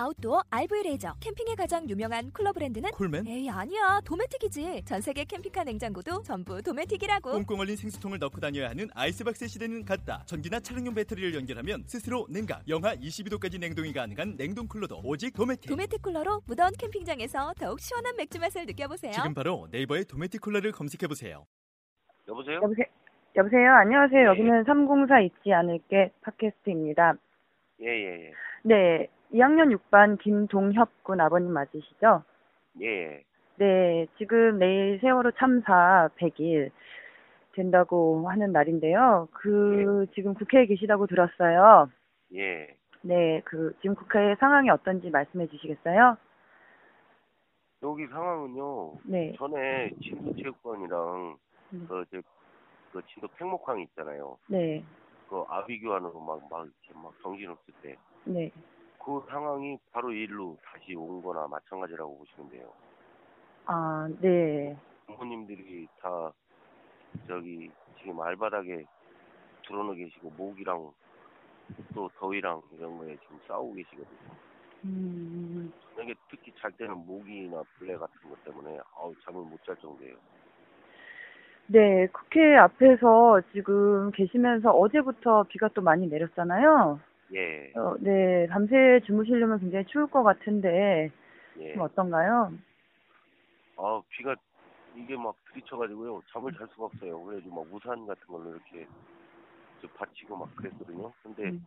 아웃도어 RV 레저 캠핑에 가장 유명한 쿨러 브랜드는 콜맨? 에이 아니야 도메틱이지 전 세계 캠핑카 냉장고도 전부 도메틱이라고 꽁꽁 얼린 생수통을 넣고 다녀야 하는 아이스박스 시대는 갔다. 전기나 차량용 배터리를 연결하면 스스로 냉각, 영하 22도까지 냉동이 가능한 냉동 쿨러도 오직 도메틱. 도메틱 쿨러로 무더운 캠핑장에서 더욱 시원한 맥주 맛을 느껴보세요. 지금 바로 네이버에 도메틱 쿨러를 검색해 보세요. 여보세요? 여보세요? 여보세요? 안녕하세요. 여기는 304 잊지 않을게 팟캐스트입니다. 예, 예, 예. 네. 2학년 6반 김동협 군 아버님 맞으시죠? 예, 예. 네. 지금 내일 세월호 참사 100일 된다고 하는 날인데요. 그, 지금 국회에 계시다고 들었어요. 예. 네. 그, 지금 국회 상황이 어떤지 말씀해 주시겠어요? 여기 상황은요. 네. 전에 진도체육관이랑 네. 그, 저, 그 진도 팽목항 있잖아요. 네. 그 아비규환으로 막, 막, 이렇게 막 정신없을 때. 네. 그 상황이 바로 일로 다시 온 거나 마찬가지라고 보시면 돼요. 아, 네. 부모님들이 다 저기 지금 알바닥에 드러누 계시고 모기랑 또 더위랑 이런 거에 지금 싸우고 계시거든요. 음, 이게 특히 잘 때는 모기나 블레 같은 것 때문에 아우 잠을 못 잘 정도예요. 네, 국회 앞에서 지금 계시면서 어제부터 비가 또 많이 내렸잖아요. 예, 어, 네, 밤새 주무시려면 굉장히 추울 것 같은데 예. 좀 어떤가요? 아, 비가 이게 막 들이쳐가지고요. 잠을 잘 수가 없어요. 그래가지고 막 우산 같은 걸로 이렇게 저 받치고 막 그랬거든요. 근데 음.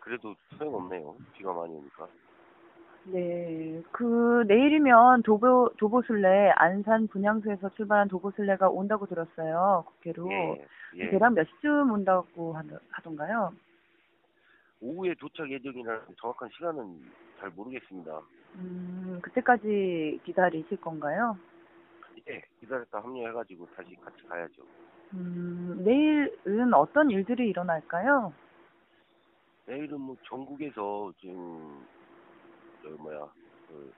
그래도 소용없네요. 비가 많이 오니까. 네, 그 내일이면 도보 도보순례 안산 분향소에서 출발한 도보순례가 온다고 들었어요. 국회로. 예, 예. 대략 몇 시쯤 온다고 하- 하던가요? 오후에 도착 예정이라는 정확한 시간은 잘 모르겠습니다. 음, 그때까지 기다리실 건가요? 예, 기다렸다 합류해가지고 다시 같이 가야죠. 음, 내일은 어떤 일들이 일어날까요? 내일은 뭐 전국에서 지금 저 뭐야 그,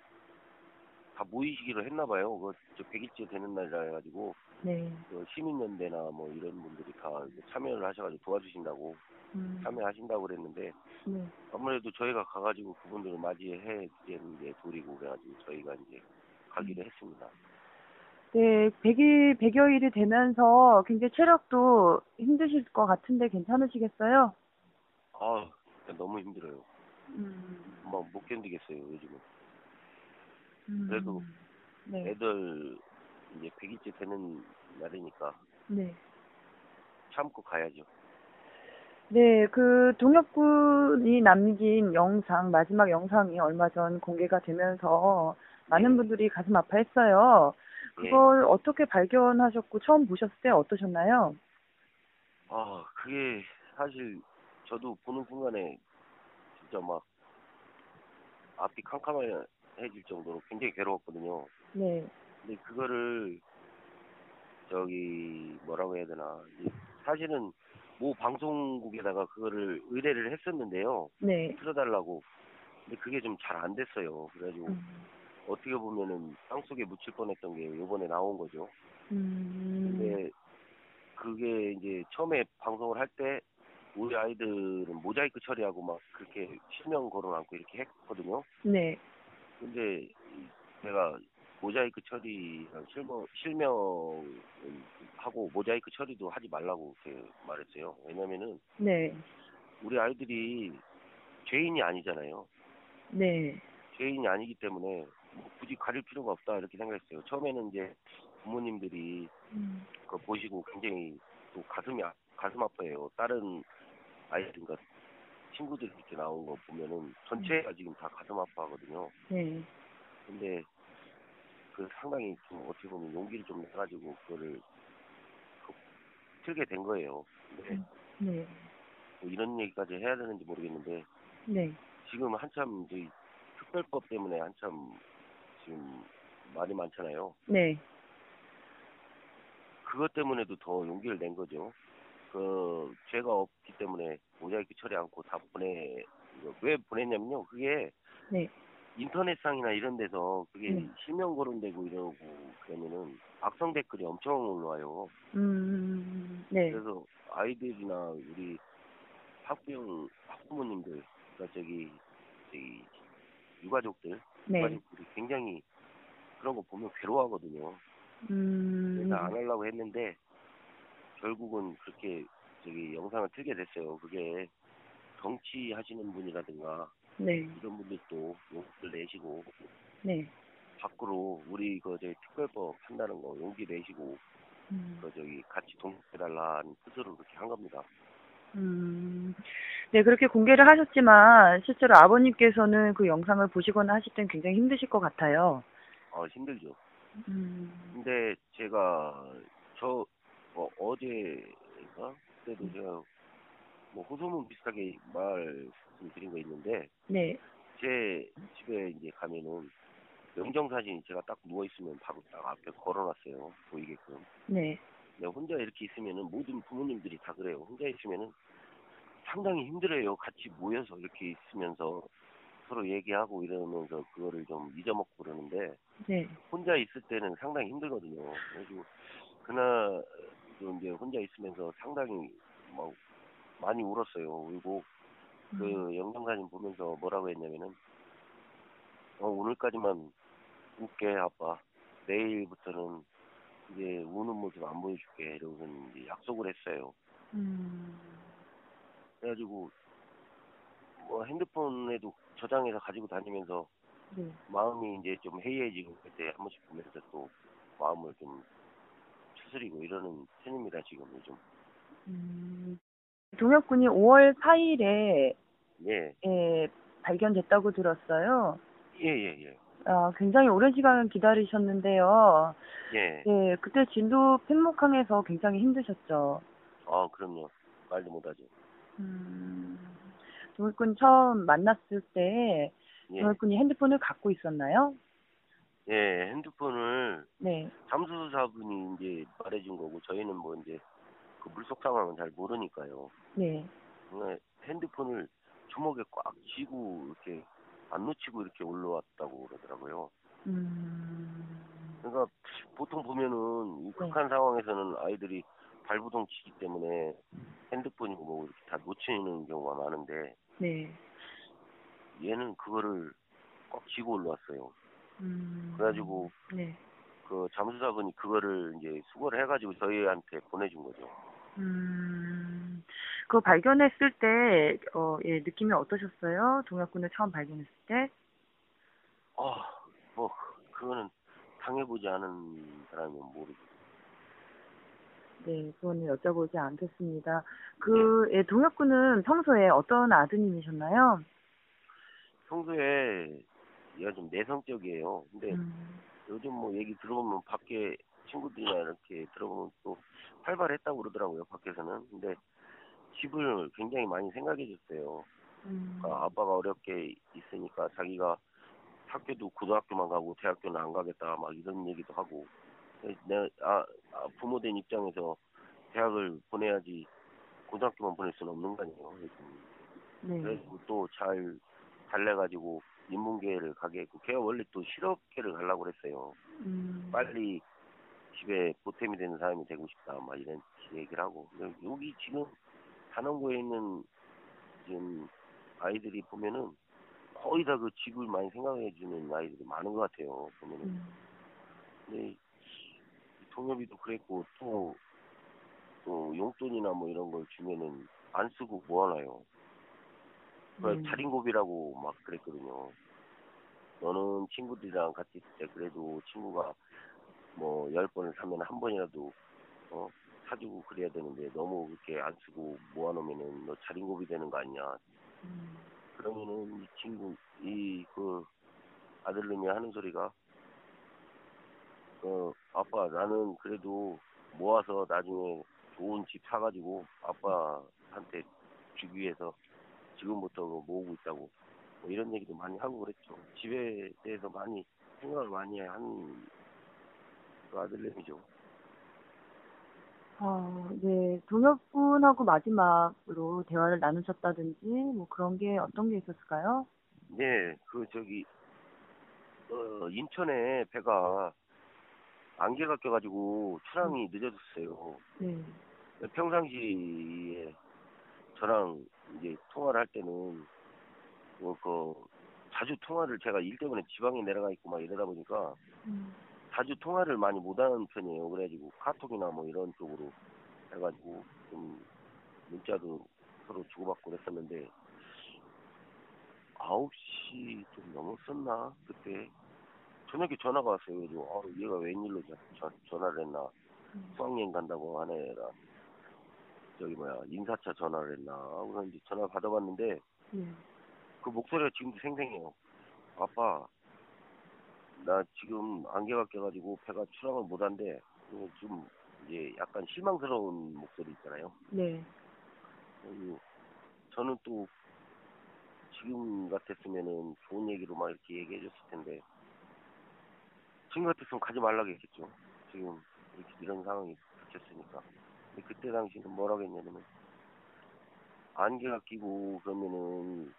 다 모이시기로 했나봐요. 그저 100일째 되는 날이라 해가지고 네. 그 시민연대나 뭐 이런 분들이 다 이제 참여를 하셔가지고 도와주신다고 음, 참여하신다고 그랬는데 네. 아무래도 저희가 가가지고 그분들을 맞이해 드리는 게 도리고 그래가지고 저희가 이제 음. 가기로 했습니다. 네, 100일, 100여일이 되면서 굉장히 체력도 힘드실 것 같은데 괜찮으시겠어요? 아 진짜 너무 힘들어요. 음, 막 못 견디겠어요 요즘은. 음, 그래도 네, 애들 이제 100일째 되는 날이니까 네. 참고 가야죠. 네, 그 동혁군이 남긴 영상, 마지막 영상이 얼마 전 공개가 되면서 네. 많은 분들이 가슴 아파했어요. 예. 그걸 어떻게 발견하셨고 처음 보셨을 때 어떠셨나요? 아, 그게 사실 저도 보는 순간에 진짜 막 앞이 캄캄해질 정도로 굉장히 괴로웠거든요. 네, 근데 그거를 저기 뭐라고 해야 되나 이제 사실은 모 방송국에다가 그거를 의뢰를 했었는데요. 네. 틀어달라고. 근데 그게 좀 잘 안 됐어요. 그래가지고 음, 어떻게 보면은 땅속에 묻힐 뻔했던 게 요번에 나온 거죠. 음, 근데 예, 그게 이제 처음에 방송을 할 때 우리 아이들은 모자이크 처리하고 막 그렇게 실명 걸어놓고 이렇게 했거든요. 네, 근데 제가 모자이크 처리랑 실명 실명 하고 모자이크 처리도 하지 말라고 이렇게 말했어요. 왜냐면은 네, 우리 아이들이 죄인이 아니잖아요. 네. 죄인이 아니기 때문에 뭐 굳이 가릴 필요가 없다 이렇게 생각했어요. 처음에는 이제 부모님들이 음, 그 보시고 굉장히 또 가슴이 아- 가슴 아파요. 다른 아이들 그러니까 친구들 이렇게 나온 거 보면은 전체가 지금 다 가슴 아파하거든요. 네. 근데 그 상당히 좀 어떻게 보면 용기를 좀 내가지고 그거를 그 틀게 된 거예요. 근데 음. 네, 뭐 이런 얘기까지 해야 되는지 모르겠는데 네, 지금 한참 저희 특별법 때문에 한참 지금 말이 많잖아요. 네, 그것 때문에도 더 용기를 낸 거죠. 그 죄가 없기 때문에 모자이크 처리 않고 다 보내 이거 왜 보냈냐면요. 그게 네. 인터넷상이나 이런 데서 그게 네. 실명 거론되고 이러고 그러면은 악성 댓글이 엄청 올라와요. 네, 음, 네. 그래서 아이들이나 우리 학부형 학부모님들 그러니까 저기 저기 유가족들 네. 유가족들이 굉장히 그런 거 보면 괴로워하거든요. 음, 그래서 안 하려고 했는데 결국은 그렇게 저기 영상을 틀게 됐어요. 그게 정치 하시는 분이라든가 네. 이런 분들 또 용기를 내시고 네. 밖으로 우리 그 저기 특별법 한다는 거 용기 내시고 음. 그 저기 같이 동해달라는 뜻으로 그렇게 한 겁니다. 음, 네, 그렇게 공개를 하셨지만, 실제로 아버님께서는 그 영상을 보시거나 하실 땐 굉장히 힘드실 것 같아요. 어 힘들죠. 음, 근데 제가 저 어, 어제가 그때도 제가 뭐 호소문 비슷하게 말씀드린 거 있는데 네. 제 집에 이제 가면은 영정 사진 제가 딱 누워 있으면 바로 딱 앞에 걸어놨어요 보이게끔. 네. 내가 혼자 이렇게 있으면은 모든 부모님들이 다 그래요. 혼자 있으면은 상당히 힘들어요. 같이 모여서 이렇게 있으면서 서로 얘기하고 이러면서 그거를 좀 잊어먹고 그러는데 네. 혼자 있을 때는 상당히 힘들거든요. 그래서 그날도 이제 혼자 있으면서 상당히 막 많이 울었어요. 그리고 그 영상사진 보면서 뭐라고 했냐면은 어, 오늘까지만 웃게 아빠 내일부터는 이제 우는 모습 안 보여줄게 이러고 이제 약속을 했어요. 음, 그래가지고 뭐 핸드폰에도 저장해서 가지고 다니면서 네. 마음이 이제 좀 해이해지고 그때 한 번씩 보면서 또 마음을 좀 추스리고 이러는 편입니다 지금 요즘 음, 동혁군이 5월 4일에 예예예 예, 발견됐다고 들었어요. 예, 예, 아, 굉장히 오랜 시간 기다리셨는데요. 예. 예, 그때 진도 팬목항에서 굉장히 힘드셨죠. 아 그럼요 말도 못하죠 음, 동혁군 처음 만났을 때 예, 동혁군이 핸드폰을 갖고 있었나요? 예 핸드폰을 네. 잠수사분이 이제 말해준 거고 저희는 뭐 이제 그 물속 상황은 잘 모르니까요 네. 그냥 핸드폰을 주먹에 꽉 쥐고 이렇게 안 놓치고 이렇게 올라왔다고 그러더라고요 음, 그러니까 보통 보면은 이 극한 상황에서는 아이들이 발부동 치기 때문에 핸드폰이고 뭐 이렇게 다 놓치는 경우가 많은데 네. 얘는 그거를 꽉 쥐고 올라왔어요. 음, 그래가지고 네. 그 잠수사분이 그거를 이제 수거를 해가지고 저희한테 보내준 거죠. 음, 그 발견했을 때, 어, 예, 느낌이 어떠셨어요? 동혁군을 처음 발견했을 때? 아, 뭐 그- 그거는 당해보지 않은 사람이면 모르죠. 네, 그거는 여쭤보지 않겠습니다. 그, 예, 동혁군은 평소에 어떤 아드님이셨나요? 평소에 얘가 좀 내성적이에요. 근데 음, 요즘 뭐 얘기 들어보면 밖에 친구들이나 이렇게 들어보면 또 활발했다고 그러더라고요 밖에서는 근데 집을 굉장히 많이 생각해줬어요 음, 아, 아빠가 어렵게 있으니까 자기가 학교도 고등학교만 가고 대학교는 안 가겠다 막 이런 얘기도 하고 내가 아, 아, 부모 된 입장에서 대학을 보내야지 고등학교만 보낼 수는 없는 거 아니에요 요즘. 네. 그래서 또 잘 달래가지고 인문계를 가게 했고 걔가 원래 또 실업계를 가려고 그랬어요 음, 빨리 집에 보탬이 되는 사람이 되고 싶다 막 이런 얘기를 하고 근데 여기 지금 단원고에 있는 지금 아이들이 보면은 거의 다 그 집을 많이 생각해 주는 아이들이 많은 것 같아요 보면은 음, 근데 동엽이도 그랬고 또 또 용돈이나 뭐 이런 걸 주면은 안 쓰고 모아놔요 네. 음. 그러니까 자린고비라고 막 그랬거든요. 너는 친구들이랑 같이 있을 때 그래도 친구가 뭐 열 번을 사면 한 번이라도 어 사주고 그래야 되는데 너무 그렇게 안 쓰고 모아놓으면은 너 자린고비 되는 거 아니냐. 음, 그러면은 이 친구 이 그 아들놈이 하는 소리가 어 아빠 나는 그래도 모아서 나중에 좋은 집 사가지고 아빠한테 주기 위해서 지금부터 그거 모으고 있다고 뭐 이런 얘기도 많이 하고 그랬죠 집에 대해서 많이 생각을 많이 한 그 아들놈이죠 아, 네. 동엽분하고 마지막으로 대화를 나누셨다든지 뭐 그런 게 어떤 게 있었을까요? 네, 그 저기 어 인천에 배가 안개가 껴가지고 출항이 늦어졌어요. 네. 평상시에 저랑 이제 통화를 할 때는 뭐 그 자주 통화를 제가 일 때문에 지방에 내려가 있고 막 이러다 보니까 음. 자주 통화를 많이 못하는 편이에요. 그래가지고 카톡이나 뭐 이런 쪽으로 해가지고 좀 문자도 서로 주고받고 그랬었는데 9시 좀 넘었었나 그때 저녁에 전화가 왔어요. 그래서 아, 얘가 웬일로 저, 저, 전화를 했나 수학여행 간다고 하네라 저기 뭐야 인사차 전화를 했나 그래서 이제 전화 받아봤는데 네. 그 목소리가 지금도 생생해요. 아빠, 나 지금 안개가 껴가지고 배가 출항을 못한데 어, 좀 이제 약간 실망스러운 목소리 있잖아요. 네. 그리고 저는 또 지금 같았으면은 좋은 얘기로 막 이렇게 얘기해줬을 텐데 지금 같았으면 가지 말라고 했겠죠. 지금 이렇게 이런 상황이 닥쳤으니까. 근데 그때 당시는 뭐라고 했냐면 안개가 끼고 그러면은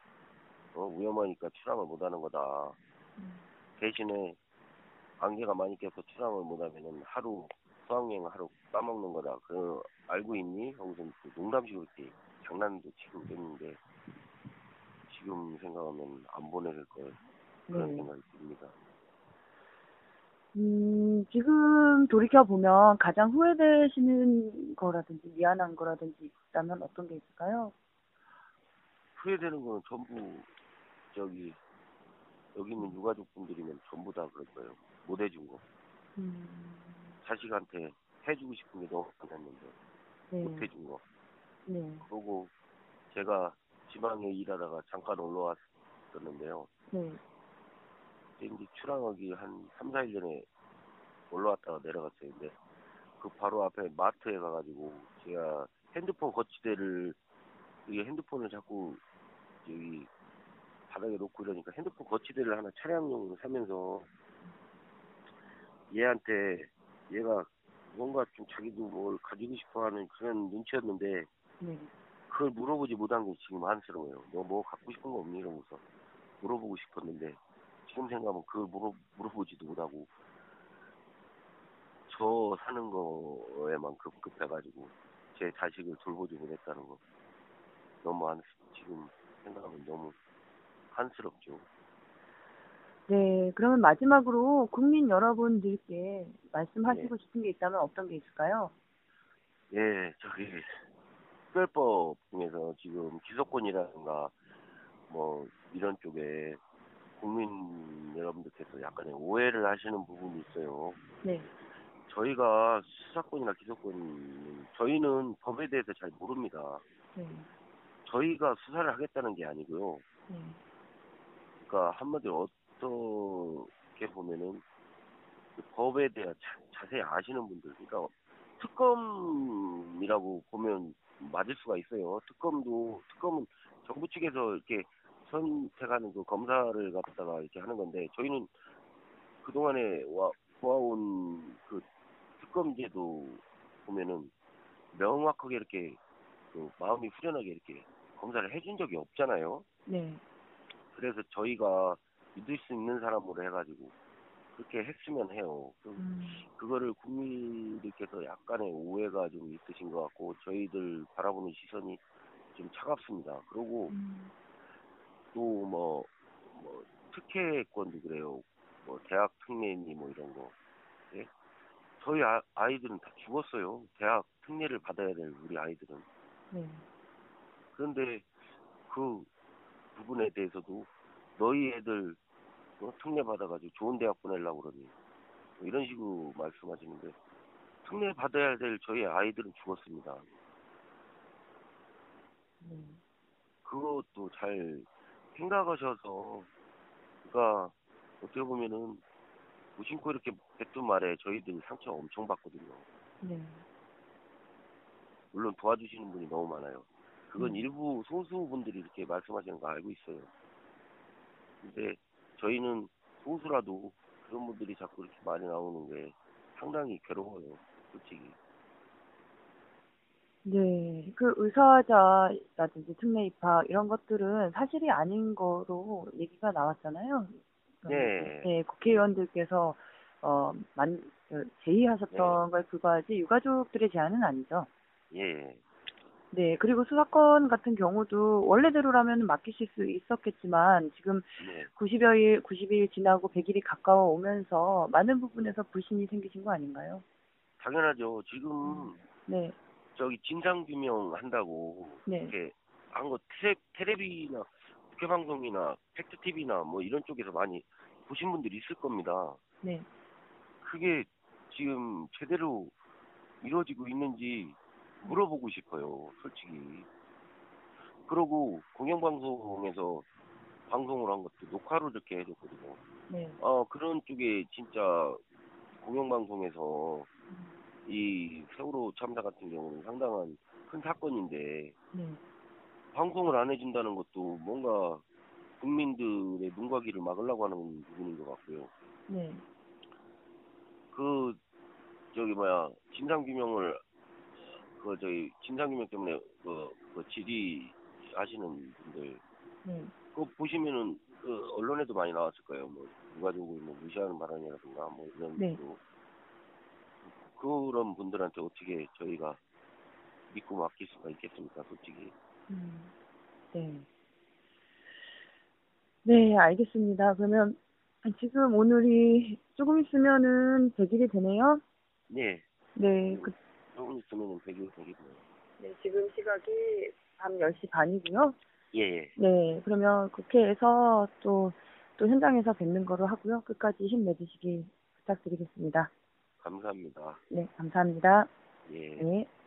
어, 위험하니까 출항을 못하는 거다. 대신에 안개가 많이 껴서 출항을 못하면은 하루 수학여행 하루 까먹는 거다. 그 알고 있니? 하고서 그 농담식으로 이렇게 장난도 치고 그랬는데 지금 생각하면 안 보낼 걸 그런 네. 생각이 듭니다. 음, 지금 돌이켜 보면 가장 후회되시는 거라든지 미안한 거라든지 있다면 어떤 게 있을까요? 후회되는 거는 전부 저기 여기 있는 유가족분들이면 전부 다 그럴 거예요. 못 해준 거. 음, 자식한테 해주고 싶은 게 너무 많았는데 네. 못 해준 거. 네. 그러고 제가 지방에 일하다가 잠깐 올라왔었는데요. 네. 그때 이제 출항하기 한 3, 4일 전에 올라왔다가 내려갔어요. 근데 그 바로 앞에 마트에 가가지고 제가 핸드폰 거치대를 이게 핸드폰을 자꾸 여기 바닥에 놓고 이러니까 핸드폰 거치대를 하나 차량용으로 사면서 얘한테 얘가 뭔가 좀 자기도 뭘 가지고 싶어하는 그런 눈치였는데 네. 그걸 물어보지 못한 게 지금 안쓰러워요. 너 뭐 갖고 싶은 거 없니? 이러면서 물어보고 싶었는데 지금 생각하면 그걸 물어, 물어보지도 못하고 저 사는 거에만 급급해가지고 제 자식을 돌보지 못했다는 거 너무 안 지금 생각하면 너무 한스럽죠. 네. 그러면 마지막으로 국민 여러분들께 말씀하시고 싶은 게 있다면 어떤 게 있을까요? 예, 저기 특별법 중에서 지금 기소권이라든가 뭐 이런 쪽에 국민 여러분들께서 약간의 오해를 하시는 부분이 있어요. 네. 저희가 수사권이나 기소권 저희는 법에 대해서 잘 모릅니다. 네. 저희가 수사를 하겠다는 게 아니고요. 네. 그러니까 한마디로 어떻게 보면은 그 법에 대해 자, 자세히 아시는 분들, 그러니까 특검이라고 보면 맞을 수가 있어요. 특검도 특검은 정부 측에서 이렇게 선택하는 그 검사를 갖다가 이렇게 하는 건데 저희는 그 동안에 와 보아온 그 특검제도 보면은 명확하게 이렇게 그 마음이 후련하게 이렇게 검사를 해준 적이 없잖아요. 네. 그래서 저희가 믿을 수 있는 사람으로 해가지고 그렇게 했으면 해요. 그- 음, 그거를 국민들께서 약간의 오해가 좀 있으신 것 같고 저희들 바라보는 시선이 좀 차갑습니다. 그리고 음, 또 뭐 뭐, 특혜권도 그래요. 뭐 대학 특례니 뭐 이런 거. 예? 저희 아, 아이들은 다 죽었어요. 대학 특례를 받아야 될 우리 아이들은. 네. 그런데 그 부분에 대해서도 너희 애들 어, 특례 받아가지고 좋은 대학 보내려고 그러니 뭐 이런 식으로 말씀하시는데 특례 받아야 될 저희 아이들은 죽었습니다. 네. 그것도 잘 생각하셔서 그러니까 어떻게 보면은 무심코 이렇게 뱉은 말에 저희들 상처 엄청 받거든요. 네. 물론 도와주시는 분이 너무 많아요. 그건 음. 일부 소수분들이 이렇게 말씀하시는 거 알고 있어요. 근데 저희는 소수라도 그런 분들이 자꾸 이렇게 많이 나오는 게 상당히 괴로워요, 솔직히. 네, 그 의사자라든지 특례 입학 이런 것들은 사실이 아닌 거로 얘기가 나왔잖아요. 네. 네, 국회의원들께서 어, 만, 그 제의하셨던 거에 불과하지 유가족들의 제안은 아니죠. 예. 네, 그리고 수사권 같은 경우도 원래대로라면 맡기실 수 있었겠지만 지금 네. 90여일, 90일 지나고 100일이 가까워 오면서 많은 부분에서 불신이 생기신 거 아닌가요? 당연하죠. 지금 네, 저기 진상 규명 한다고 네, 이렇게 한 거 테레비나 국회 방송이나 팩트 TV나 뭐 이런 쪽에서 많이 보신 분들이 있을 겁니다. 네, 그게 지금 제대로 이루어지고 있는지 물어보고 싶어요, 솔직히. 그러고 공영방송에서 방송을 한 것도 녹화로 이렇게 해줬거든요. 네, 아, 그런 쪽에 진짜 공영방송에서 음. 이 세월호 참사 같은 경우는 상당한 큰 사건인데 네, 방송을 안 해준다는 것도 뭔가 국민들의 눈과 귀를 막으려고 하는 부분인 것 같고요. 네, 그 저기 뭐야 진상 규명을 그 저희 진상 규명 때문에 그, 그 질의 하시는 분들 네, 그거 보시면은 그 언론에도 많이 나왔을 거예요. 뭐 유가족을 뭐 무시하는 발언이라든가 뭐 이런 네. 식으로 그런 분들한테 어떻게 저희가 믿고 맡길 수가 있겠습니까, 솔직히. 음, 네. 네, 알겠습니다. 그러면 지금 오늘이 조금 있으면은 100일이 되네요. 네, 네, 그, 조금 있으면은 배경 되겠네요. 네, 지금 시각이 밤 10시 반이고요. 예, 예. 네, 그러면 국회에서 또, 또 현장에서 뵙는 거로 하고요. 끝까지 힘내주시기 부탁드리겠습니다. 감사합니다. 네, 감사합니다. 예. 네.